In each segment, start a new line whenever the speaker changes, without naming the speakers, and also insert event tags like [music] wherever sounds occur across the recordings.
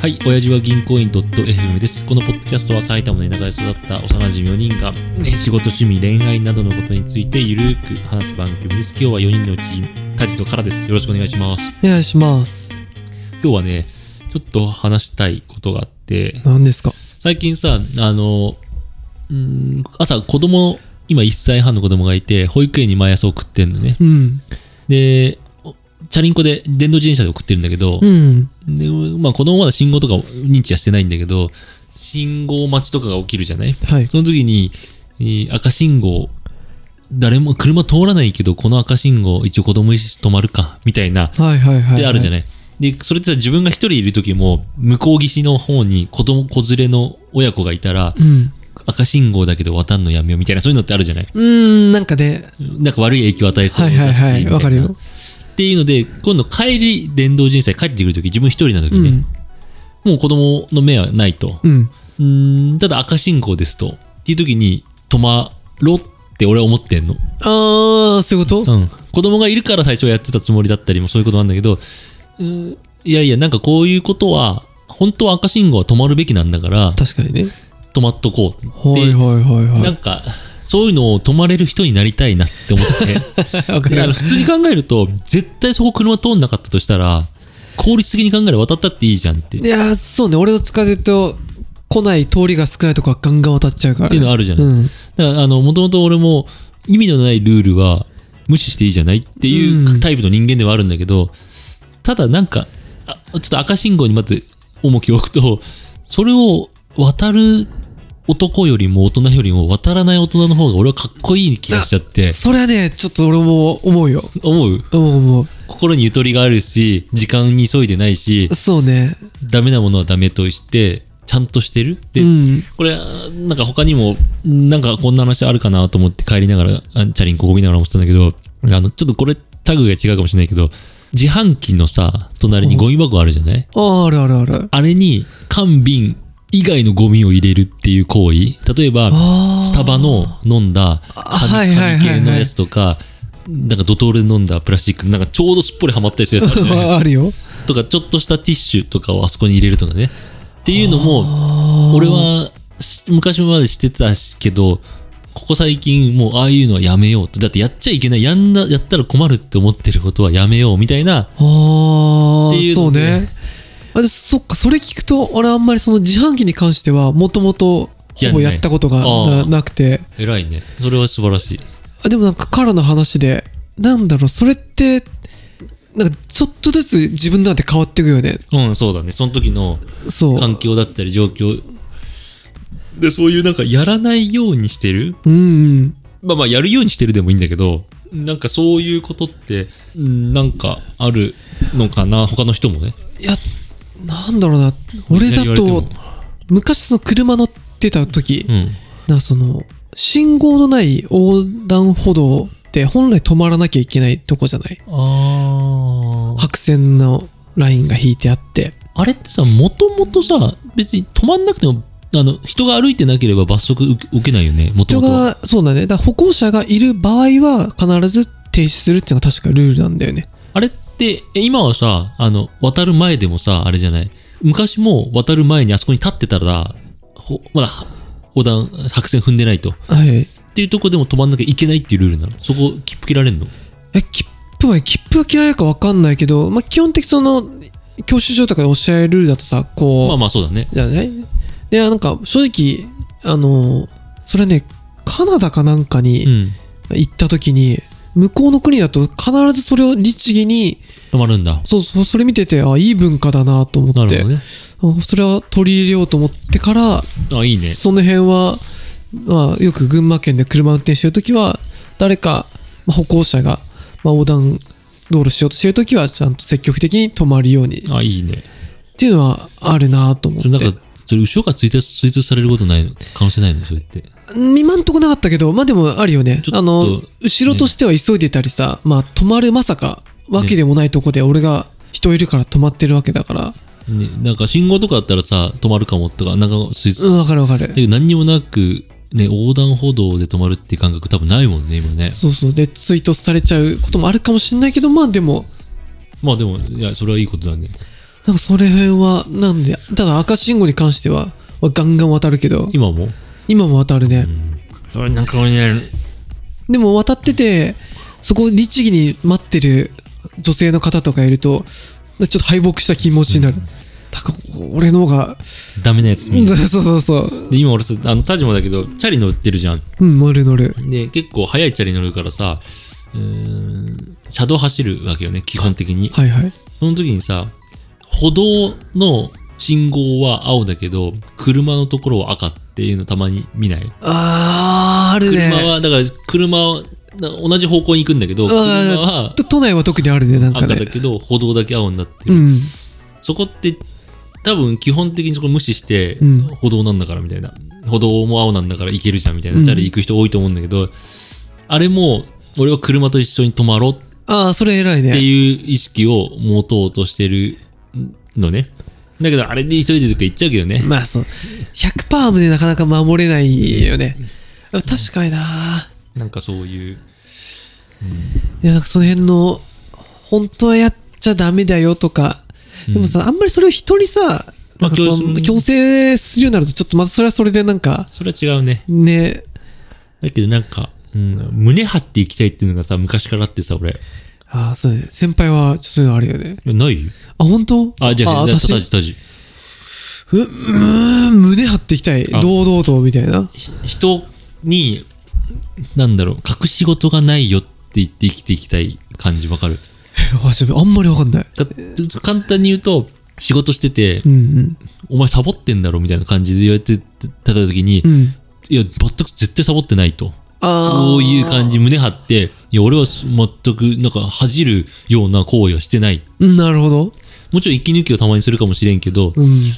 はい、親父は銀行員 .fm です。このポッドキャストは埼玉で長い育った幼馴染4人がえ仕事、趣味、恋愛などのことについてゆるーく話す番組です。今日は4人のうち、タジとカラです。よろしくお願いします。
お願いします。
今日はね、ちょっと話したいことがあって、
何ですか
最近さ、あの、うーん朝子供、今1歳半の子供がいて、保育園に毎朝送ってんのね。
うん。
で、おチャリンコで電動自転車で送ってるんだけど、
うん。
で、まあ子供まだ信号とか認知はしてないんだけど、信号待ちとかが起きるじゃない
はい。
その時に、えー赤信号、誰も車通らないけど、この赤信号、一応子供石止まるか、みたいな、
はいはいはい。
であるじゃ
ない。
ない、で、それってさ、自分が一人いる時も、向こう岸の方に子供、子連れの親子がいたら、
うん。
赤信号だけど渡んのやめようみたいな、そういうのってあるじゃないう
ーん、なんかね、
なんか悪い影響を与えそう
は
ない
はいはい、わかる。
みた
よ
な。っていうので、今度帰り、電動人生帰ってくる時自分一人な時
う
ね、
ん。
もう子供の目はないと。
うん。
うーん、ただ赤信号ですと。っていう時に、止まろうって俺は思ってんの。
あー、そういうこと
うん。子供がいるから最初はやってたつもりだったりもそういうことなんだけど、うーんいやいや、なんかこういうことは、本当は赤信号は止まるべきなんだから、
確かにね。
止まっとこうって。
はいはいは
なんか、そういうのを止まれる人になりたいなって思って。
いはい。わか
であの
る。
普通に考えると、絶対そこ車通んなかったとしたら、効率的に考えれば渡ったっていいじゃんって。
いやー、そうね、俺の使うと、来ない通りが少ないとこはガンガン渡っちゃうから。
っていうのあるじゃない。
うん。
だからあの、もともと俺も意味のないルールは無視していいじゃないっていううんタイプの人間ではあるんだけど、ただなんか、あちょっと赤信号にまず重きを置くと、それを渡る男よりも大人よりも渡らない大人の方が俺はかっこいい気がしちゃって、
それはね、ちょっと俺も思うよ。
思う
思う思
心にゆとりがあるし、時間に急いでないし
う。、そうね。
ダメなものはダメとして、ちゃんとしてるで、
うん。
これ、なんか他にも、なんかこんな話あるかなと思って帰りながら、あチャリンコこぎながら思ってたんだけど、あの、ちょっとこれタグが違うかもしれないけど、自販機のさ、隣にゴミ箱あるじゃない
あー、あるあるある。
あれに缶瓶以外のゴミを入れるっていう行為例えば、
あー
スタバの飲んだ
あはい
紙
はいはいはい
紙系のやつとか、なんかドトールで飲んだプラスチック、なんかちょうどすっぽりはまったりするやつあ
[laughs]
るじゃない
あるよ。
とか、ちょっとしたティッシュとかをあそこに入れるとかね。っていうのも、俺はし昔までしてたしけど、ここ最近もうああいうのはやめようと。だってやっちゃいけない。やんな、やったら困るって思ってることはやめようみたいな。
あ
っていう
あ、
の
そう
で
ね。あでそっか、それ聞くと、俺あんまりその自販機に関しては、もともとほぼ
やんない
やったことが
あ
な
ー
なくて。
偉いね。それは素晴らしい。
あでもなんか、カラの話で、なんだろう、それって、なんか、ちょっとずつ自分なんて変わっていくよね。
うん、そうだね。その時の
そう。
環境だったり状況。で、そういうなんかやらないようにしてる
うんうん。
まあまあやるようにしてるでもいいんだけど、なんかそういうことって、うんなんかあるのかな。他の人もね。
いや、なんだろうな、俺だ
いきなり言わ
と
れて、
昔その車乗ってた時、
うん。
なんかその、信号のない横断歩道って本来止まらなきゃいけないとこじゃない
あ
白線のラインが引いてあって、
あれってさもともとさ別に止まんなくてもあの人が歩いてなければ罰則受け受けないよねもと
人
もと
が、そうだね。だから歩行者がいる場合は必ず停止するっていうのが確かルールなんだよね。
あれってえ今はさあの渡る前でもさあれじゃない昔も渡る前にあそこに立ってたらほまだは横断白線踏んでないとっ
はい。
ていうとこでも止まんなきゃいけないっていうルールなのそこ切符切られんの
え、切符は、切符は切られるかわかんないけど、まあ、基本的その、教習所とかでおっしゃるルールだとさ、こう、
まあまあそうだね
じゃないで、なんか、正直、あの、それね、カナダかなんか
う
に
ん
行った時に、向こうの国だと必ずそれを律儀に、
止まるんだ
そうそう、それ見てて、あ、いい文化だなと思
な
っ
る
て
ほ、どね
あそれは取り入れようと思ってから、
あいいね
その辺は、まあ、よく群馬県で車運転してるときは、誰か、まあ、歩行者が、まあ、横断道路しようとしてるときは、ちゃんと積極的に止まるようにっ
あいいね
ていうのはあるなと思っ
それなん
て
か。それ後ろから追突追突されることないの可能性ないのそれって
今んとこなかったけど、まあでもあるよね
ちょっ。と
あの、後ろとしては急いでたりさ、まあ止まるまさか、わけでもないとこで俺が人いるから止まってるわけだから。
ね、なんか信号とかだったらさ、止まるかもとか、なんかスイーツ、
うん、わかるわかる
だ。けど何にもなく、ね、横断歩道で止まるって感覚多分ないもんね、今ね。
そうそう。で、ツイートされちゃうこともあるかもしれないけど、まあでも、
まあでも、いや、それはいいことだね。
なんかそれ辺は、なんで、ただ赤信号に関しては、はガンガン渡るけど、
今も
今も渡るね。
なんかね
でも渡ってて、そこ律儀に待ってる女性の方とかいると、ちょっと敗北した気持ちになる。だから俺の方が、
ダメなやつ見る
そうそうそう。
で今俺さあのタジマだけどチャリ乗ってるじゃん
うん、乗る乗る。
で結構速いチャリ乗るからさうーん車道走るわけよね基本的に
はいはい。
その時にさ歩道の信号は青だけど車のところは赤っていうのたまに見ない
あー、あるね。
車はだから車はな同じ方向に行くんだけど車
あ
は
ーと都内は特にあるね、なんか
赤だ
ね。
けど歩道だけ青になってる
うん。
そこって多分基本的にそこ無視して
うん
歩道なんだからみたいな、歩道も青なんだから行けるじゃんみたいうなんチャリ行く人多いと思うんだけど、あれも俺は車と一緒に止まろうっ
あー、それ偉い
てい
ね。
う意識を持とうとしてるのねだけどあれで急いでるとか言っちゃうけどね、
まあそう。100%もね、なかなか守れないよね。でも確かにな
なんかそういう
いや、なんかその辺の、本当はやっちゃダメだよとか、でもさ、あんまりそれを人にさ、な
まあ
んかそ
強
の
制
強制するようになると、ちょっとまたそれはそれでなんか、
それは違うね
ね、
だけどなんか、うん、胸張っていきたいっていうのがさ昔からあってさ俺
ああ、そうね。先輩は、ちょっとそういうのあるよね。
ない
あ、本当
あじゃあ
あ
タ
私
ジタジ
う、うーん、胸張っていきたい。
あ
堂々と、みたいな。
人に、なんだろう、隠し事がないよって言って生きていきたい感じわかる。
あちょっとあんまりわかんない。
だ簡単に言うと、仕事してて
う、ん
お前サボってんだろみたいな感じで言われてた時に、
うん。うん。
いや、全く絶対サボってないと。
あ
こういう感じ、胸張って、いや、俺は全く、なんか恥じるような行為はしてない。
じ。なるほど。
もちろん息抜きをたまにするかもしれんけど
う、ん。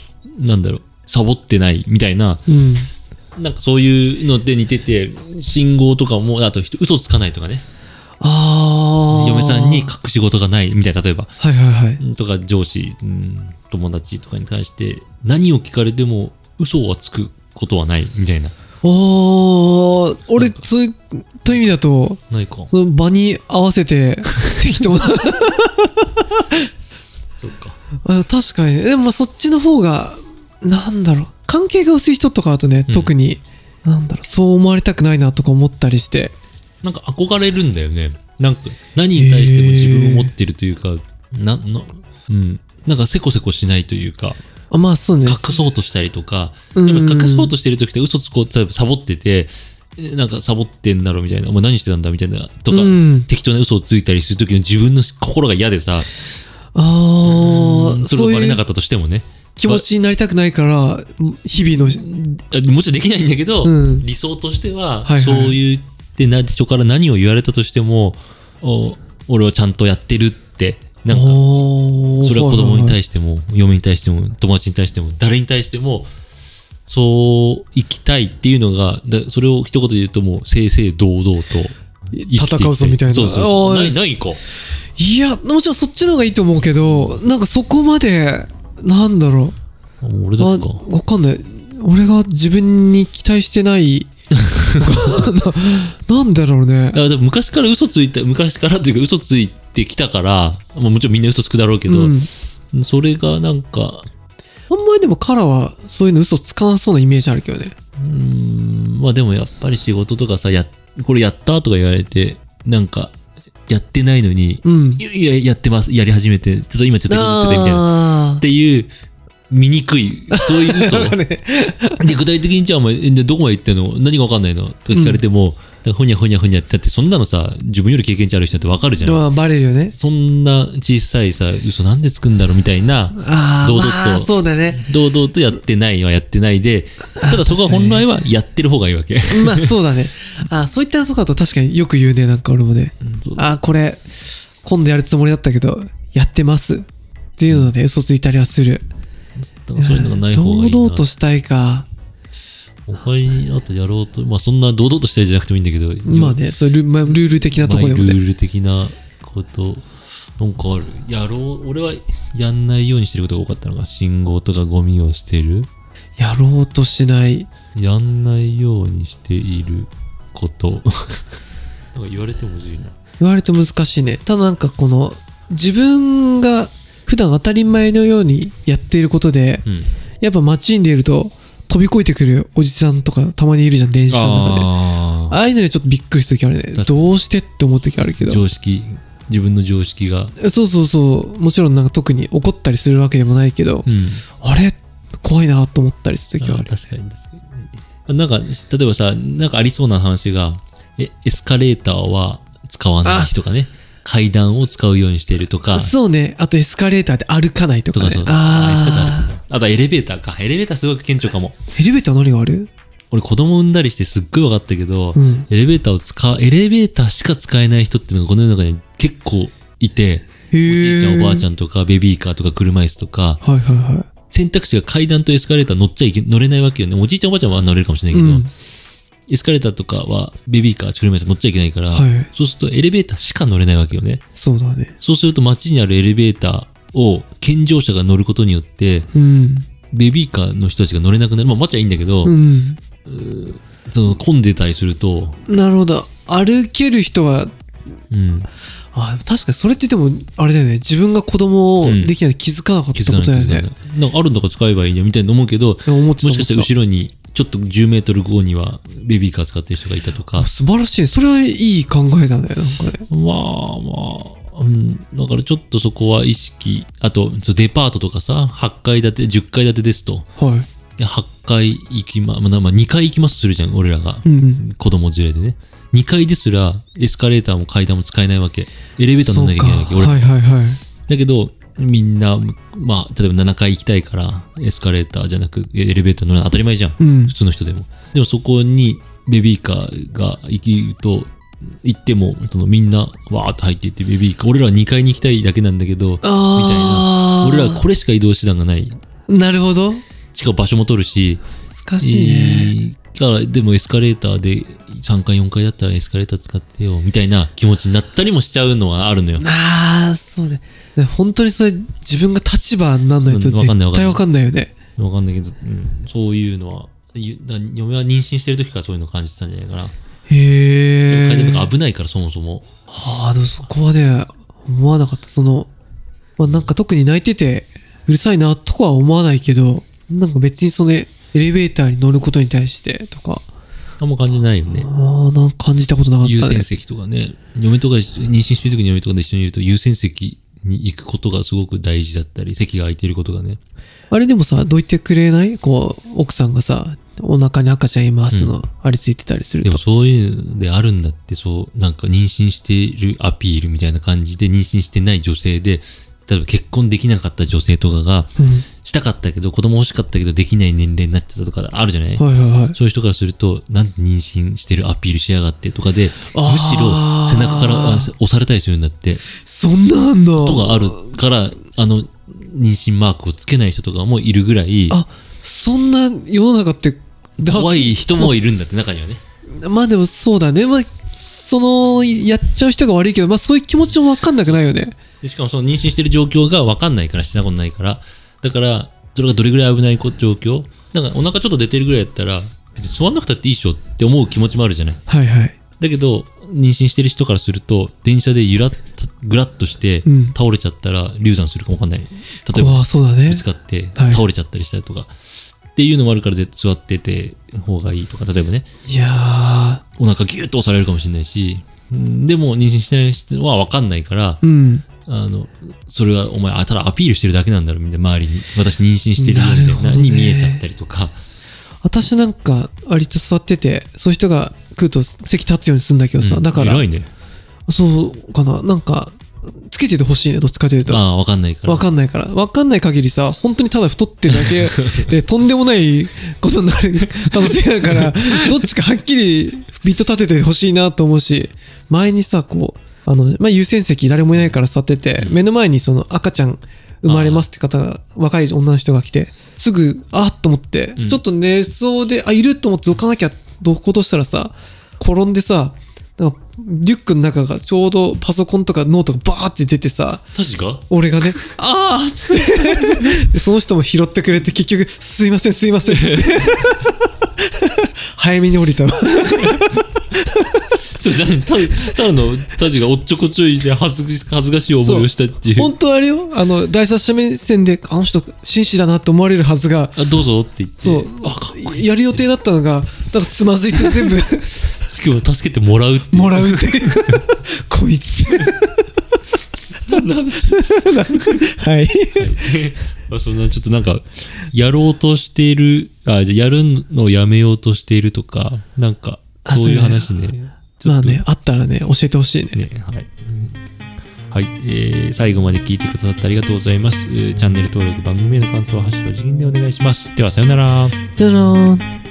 なんだろう、サボってないみたいな、
うん。
なんかそういうので似てて、信号とかも、あと人嘘つかないとかね。
ああ。
嫁さんに隠し事がないみたいな例えば
はいはいはい。
とか上司うん友達とかに対して何を聞かれても嘘はつくことはないみたいな
おー、俺、そういった意味だと、
ないか
その場に合わ
[laughs]
せて適当な。
そうか
あ確かにね。でもまあそっちの方が、なんだろう。関係が薄い人とかだとね、
うん
特に、なんだろう、そう思われたくないなとか思ったりして。
なんか憧れるんだよねなんか何に対しても自分を持ってるというか、ななうんなんかせこせこしないというか
あ、まあそうね。
隠そうとしたりとか、で
うん
も隠そうとしてる時って嘘つこう例えばサボっててえなんかサボってんだろうみたいなお前何してたんだみたいなとか、
うん
適当な嘘をついたりする時の自分の心が嫌でさ
ああ、
それ
そう
がバレ
い
なか
う
ったとしてもね。
気持ちになりたくないから、日々の、
あもちろんできないんだけど、
うん
理想としては、
はいはい
そういうってな人から何を言われたとしても、お俺はちゃんとやってるって、なんか、
おー
それは子供に
い
対しても、嫁に対しても、友達に対しても、誰に対しても、そう生きたいっていうのが、だそれを一言で言うともう、正々堂々と生きていきた。
戦うぞみたいな
そうそうそう
あ
な
ー
い、ないか。
いや、もちろんそっちの方がいいと思うけど、なんかそこまで、なんだろ
あもう俺
う。あ
だ
わ
けか。
かんない。俺が自分に期待し
[laughs]
てない。ななんだろうね。
あでも昔から嘘ついた昔からというか嘘ついてきたから、まあ、もちろんみんな嘘つくだろうけど、
うん
それがなんか
あんまりでもカラはそういうの嘘つかなそうなイメージあるけどね。
うんまあでもやっぱり仕事とかさやこれやったとか言われてなんかやってないのに、
うん
い。やいややってますやり始めてちょっと今ちょっと手こずっててみたいな
あ
っていう醜いそういう
[laughs]
嘘
ーね
で具体的にじゃあお前えでどこまで行ってんの何が分かんないのとか聞かれても、なんかほにゃほにゃほにゃってだってそんなのさ自分より経験値ある人って分かるじゃん、
まあ、バレるよね。
そんな小さいさ、嘘なんでつくんだろうみたいな、
ああ、
堂々と
まあ、そうだね。
堂々とやってないはやってないで、ただそこは本来はやってる方がいいわけ。
まあ、そうだね。あーそういったとこだと確かによく言うね、なんか俺もね。ああ、これ、今度やるつもりだったけど、やってます。っていうので嘘ついたりはする。
だからそういうのがない方がいいな。
堂々としたいか。
他にあとやろうと、まあそんな堂々としたいじゃなくてもいいんだけど、
まあね、そうル,、まあ、ルール的なとこ
マイ
で
ル
もね。
ール的なこと、なんかある。やろう、俺はやんないようにしてることが多かったのが、信号とかゴミを捨てる。
やろうとしない。
やんないようにしている [laughs] こと。なんか言われてもむずいな。
言われると難しいね。ただなんかこの、自分が普段当たり前のようにやっていることで、
うん。
やっぱ街に出ると飛び越えてくるおじさんとかたまにいるじゃん、電車の中で。
ああ
ああいうのにちょっとびっくりする時あるね。
かに
どうしてって思う時あるけど。
常識、自分の常識が。
そうそうそう。もちろんなんか特に怒ったりするわけでもないけど、
うん。
あれ怖いなと思ったりする時はある。
あ確かに確かに。なんか、例えばさ、なんかありそうな話が、え、エスカレーターは使わないとかね。階段を使うようにしてるとか。
そうね。あとエスカレーターで歩かないと
と
か
か
ね。
そう。あエスカレーターあ
あ
るんだあとエレベーターか。エレベーターすごく顕著かも。
ー。エレベーター何がある
俺子供産んだりしてすっごい分かったけど、
うん
エレベーターを使う、エレベーターしか使えない人っていうのがこの世の中に結構いて、
へ
おじいちゃんおばあち
ゃ
ゃんとかベビーカーとか車椅子とか、
ん。はいはいはい。
選択肢が階段とエスカレーター乗っちゃいけ、乗れないわけよね。おじいちゃんおばあちゃんは乗れるかもしれないけど、
うん
エスカレーターとかはベビーカー、車椅子乗っちゃいけないから、
はい
そうするとエレベーターしか乗れないわけよね。
そうだね。
そうすると街にあるエレベーターを健常者が乗ることによって、
うん。
ベビーカーの人たちが乗れなくなる。まあ、街はいいんだけど、
うん。
その混んでたりすると、
なるほど。歩ける人は、
うん、
あ確かにそれってでも、あれだよね。自分が子供を
うん
できない気づかなかっ
気
た
づか
こ
ない気
とだよ
づかない。
ね。
なんかあるんだから使えばいいねみたいな思うけど、も
でも思ってた
しかしたら
思って
後ろにちょっと10メートル後にはベビーカー使ってる人がいたと
た
か
あ、素晴らしいね。それはいい考えだね。なんかね。
まあまあ、うん、だからちょっとそこは意識、あとそうデパートとかさ、8階建て、10階建てですと、
は
で8階行きま、まあ、まあ2階行きますとするじゃん、俺らが。
い。うんうん。
子供連れでね。2階ですら、エスカレーターも階段も使えないわけ。エレベーター乗んなきゃいけないわけ。
そうか
俺
はいはいはい。
だけど、みんな、まあ、例えば7階行きたいから、エスカレーターじゃなく、エレベーター乗るの当たり前じゃん。
うん
普。通の人でも。でもそこにベビーカーが行きと、行っても、そのみんなわーって入っていって、ベビーカー、俺らは2階に行きたいだけなんだけど、
あー
俺らはこれしか移動手段がない。
なるほど。
しかも場所も取るし、
難しいね。
えーだから、でもエスカレーターで3階、4階だったらエスカレーター使ってよ、みたいな気持ちになったりもしちゃうのはあるのよ。
ああ、そうね。で本当にそれ、自分が立場にならないと
うんわかんない
絶対わかんないよね。
わかんないけど、うん、そういうのは、ゆだ嫁は妊娠してる時からそういうの感じてたんじゃないかな。
へえ。
階段とか危ないから、そもそも。
はあ、でもそこはね、思わなかった。その、まあなんか特に泣いてて、うるさいなとかは思わないけど、なんか別にそのエレベーターに乗ることに対してとか、
あんま感じないよね。
ああ、なんか感じたことなかっ
優
たね
先。席とかね、嫁とか一緒妊娠してる時に嫁とかで一緒にいると優先席に行くことがすごく大事だったり、席が空いてることがね。
あれでもさ、どいてくれないこう、奥さんがさ、お腹に赤ちゃんいますの、ありついてたりする
で
と
も。そういうのであるんだって、そう、なんか妊娠しているアピールみたいな感じで、妊娠してない女性で、例えば結婚できなかった女性とかが、したかったけど、子供欲しかったけどできない年齢になっちゃったとかあるじゃない、
はいはいはい。
そういう人からすると、なんて妊娠してるアピールしやがってとかで、むしろ
あー
背中からあ押されたりするんだって。
そんなあんだ。
ことがあるから、あの、妊娠マークをつけない人とかもいるぐらい、
あ、そんな世の中って、だ
怖い人もいるんだって、中にはね。
まあでもそうだね。まあ、その、やっちゃう人が悪いけど、まあそういう気持ちもわかんなくないよね。
でしかもその妊娠してる状況が分かんないから、したことないから。だから、それがどれぐらい危ないこ状況だからお腹ちょっと出てるぐらいだったら、別に座んなくたっていいっしょって思う気持ちもあるじゃない。
はいはい。
だけど、妊娠してる人からすると、電車でゆらっと、ぐらっとして
うん、
倒れちゃったら、流産するかもわかんない。例えば
う、わ、そうだね
ぶ。つかって
はい
倒れちゃったりしたりとか、っていうのもあるから絶対座ってて方がいいとか例えばね
いやー、
お腹ギュッと押されるかもしれないしうんでも妊娠してない人は分かんないから、
うん。
あのそれはお前あただアピールしてるだけなんだろみたいな周りに私妊娠してるよみたい
なる
な
ほどね
に見えちゃったりとか
私なんか、割と座ってて、そういう人が来ると席立つようにするんだけどさ、
うん
だから
偉、いね
そうかな、なんか、つけててほしいね、どっちかというと。
ああ分かんないから
わかんないから。わかんない限りさ、本当にただ太ってるだ
[laughs]
けで、とんでもないことになる可能性があるから、どっちかはっきりビット立ててほしいなと思うし、前にさ、こう、あの、まあ、優先席誰もいないから座ってて、目の前にその赤ちゃん生まれますって方が、若い女の人が来て、すぐ、あっと思って、
ん
ちょっと寝そうで、あ、いると思ってどかなきゃ、どことしたらさ、転んでさ、なんかリュックの中がちょうどパソコンとかノートがバーって出てさ、
確か
俺
[laughs]
がね、ああっつって。でその人も拾ってくれて、結局、すいません、 [laughs] すいませんって。早めに降りたわ。
ちょっとたただのたちがおっちょこちょいで恥ず恥ずかしい思いをしたっていう
本当はあれよ、あの、第三者目線で、あの人、紳士だなって思われるはずが、
あどうぞって言って
そう
あかっこいい
やる予定だったのが、ただつまずいて
[laughs]
全部
今日は助けてもらうっていう
もらうっていう。 [laughs] こいつ。 [laughs] はい。
まあそんなちょっとなんかやろうとしているあじゃあやるのをやめようとしているとかなんか
あ
そういう
そうね
話ねちょ
ま
っ
あ
と
ね、あったらね、教えてほしいね。
ねはい、はいえー最後まで聞いてくださってありがとうございますえーチャンネル登録番組への感想は「ハッシュタグ次元」でお願いしますではさようなら
じゃあなー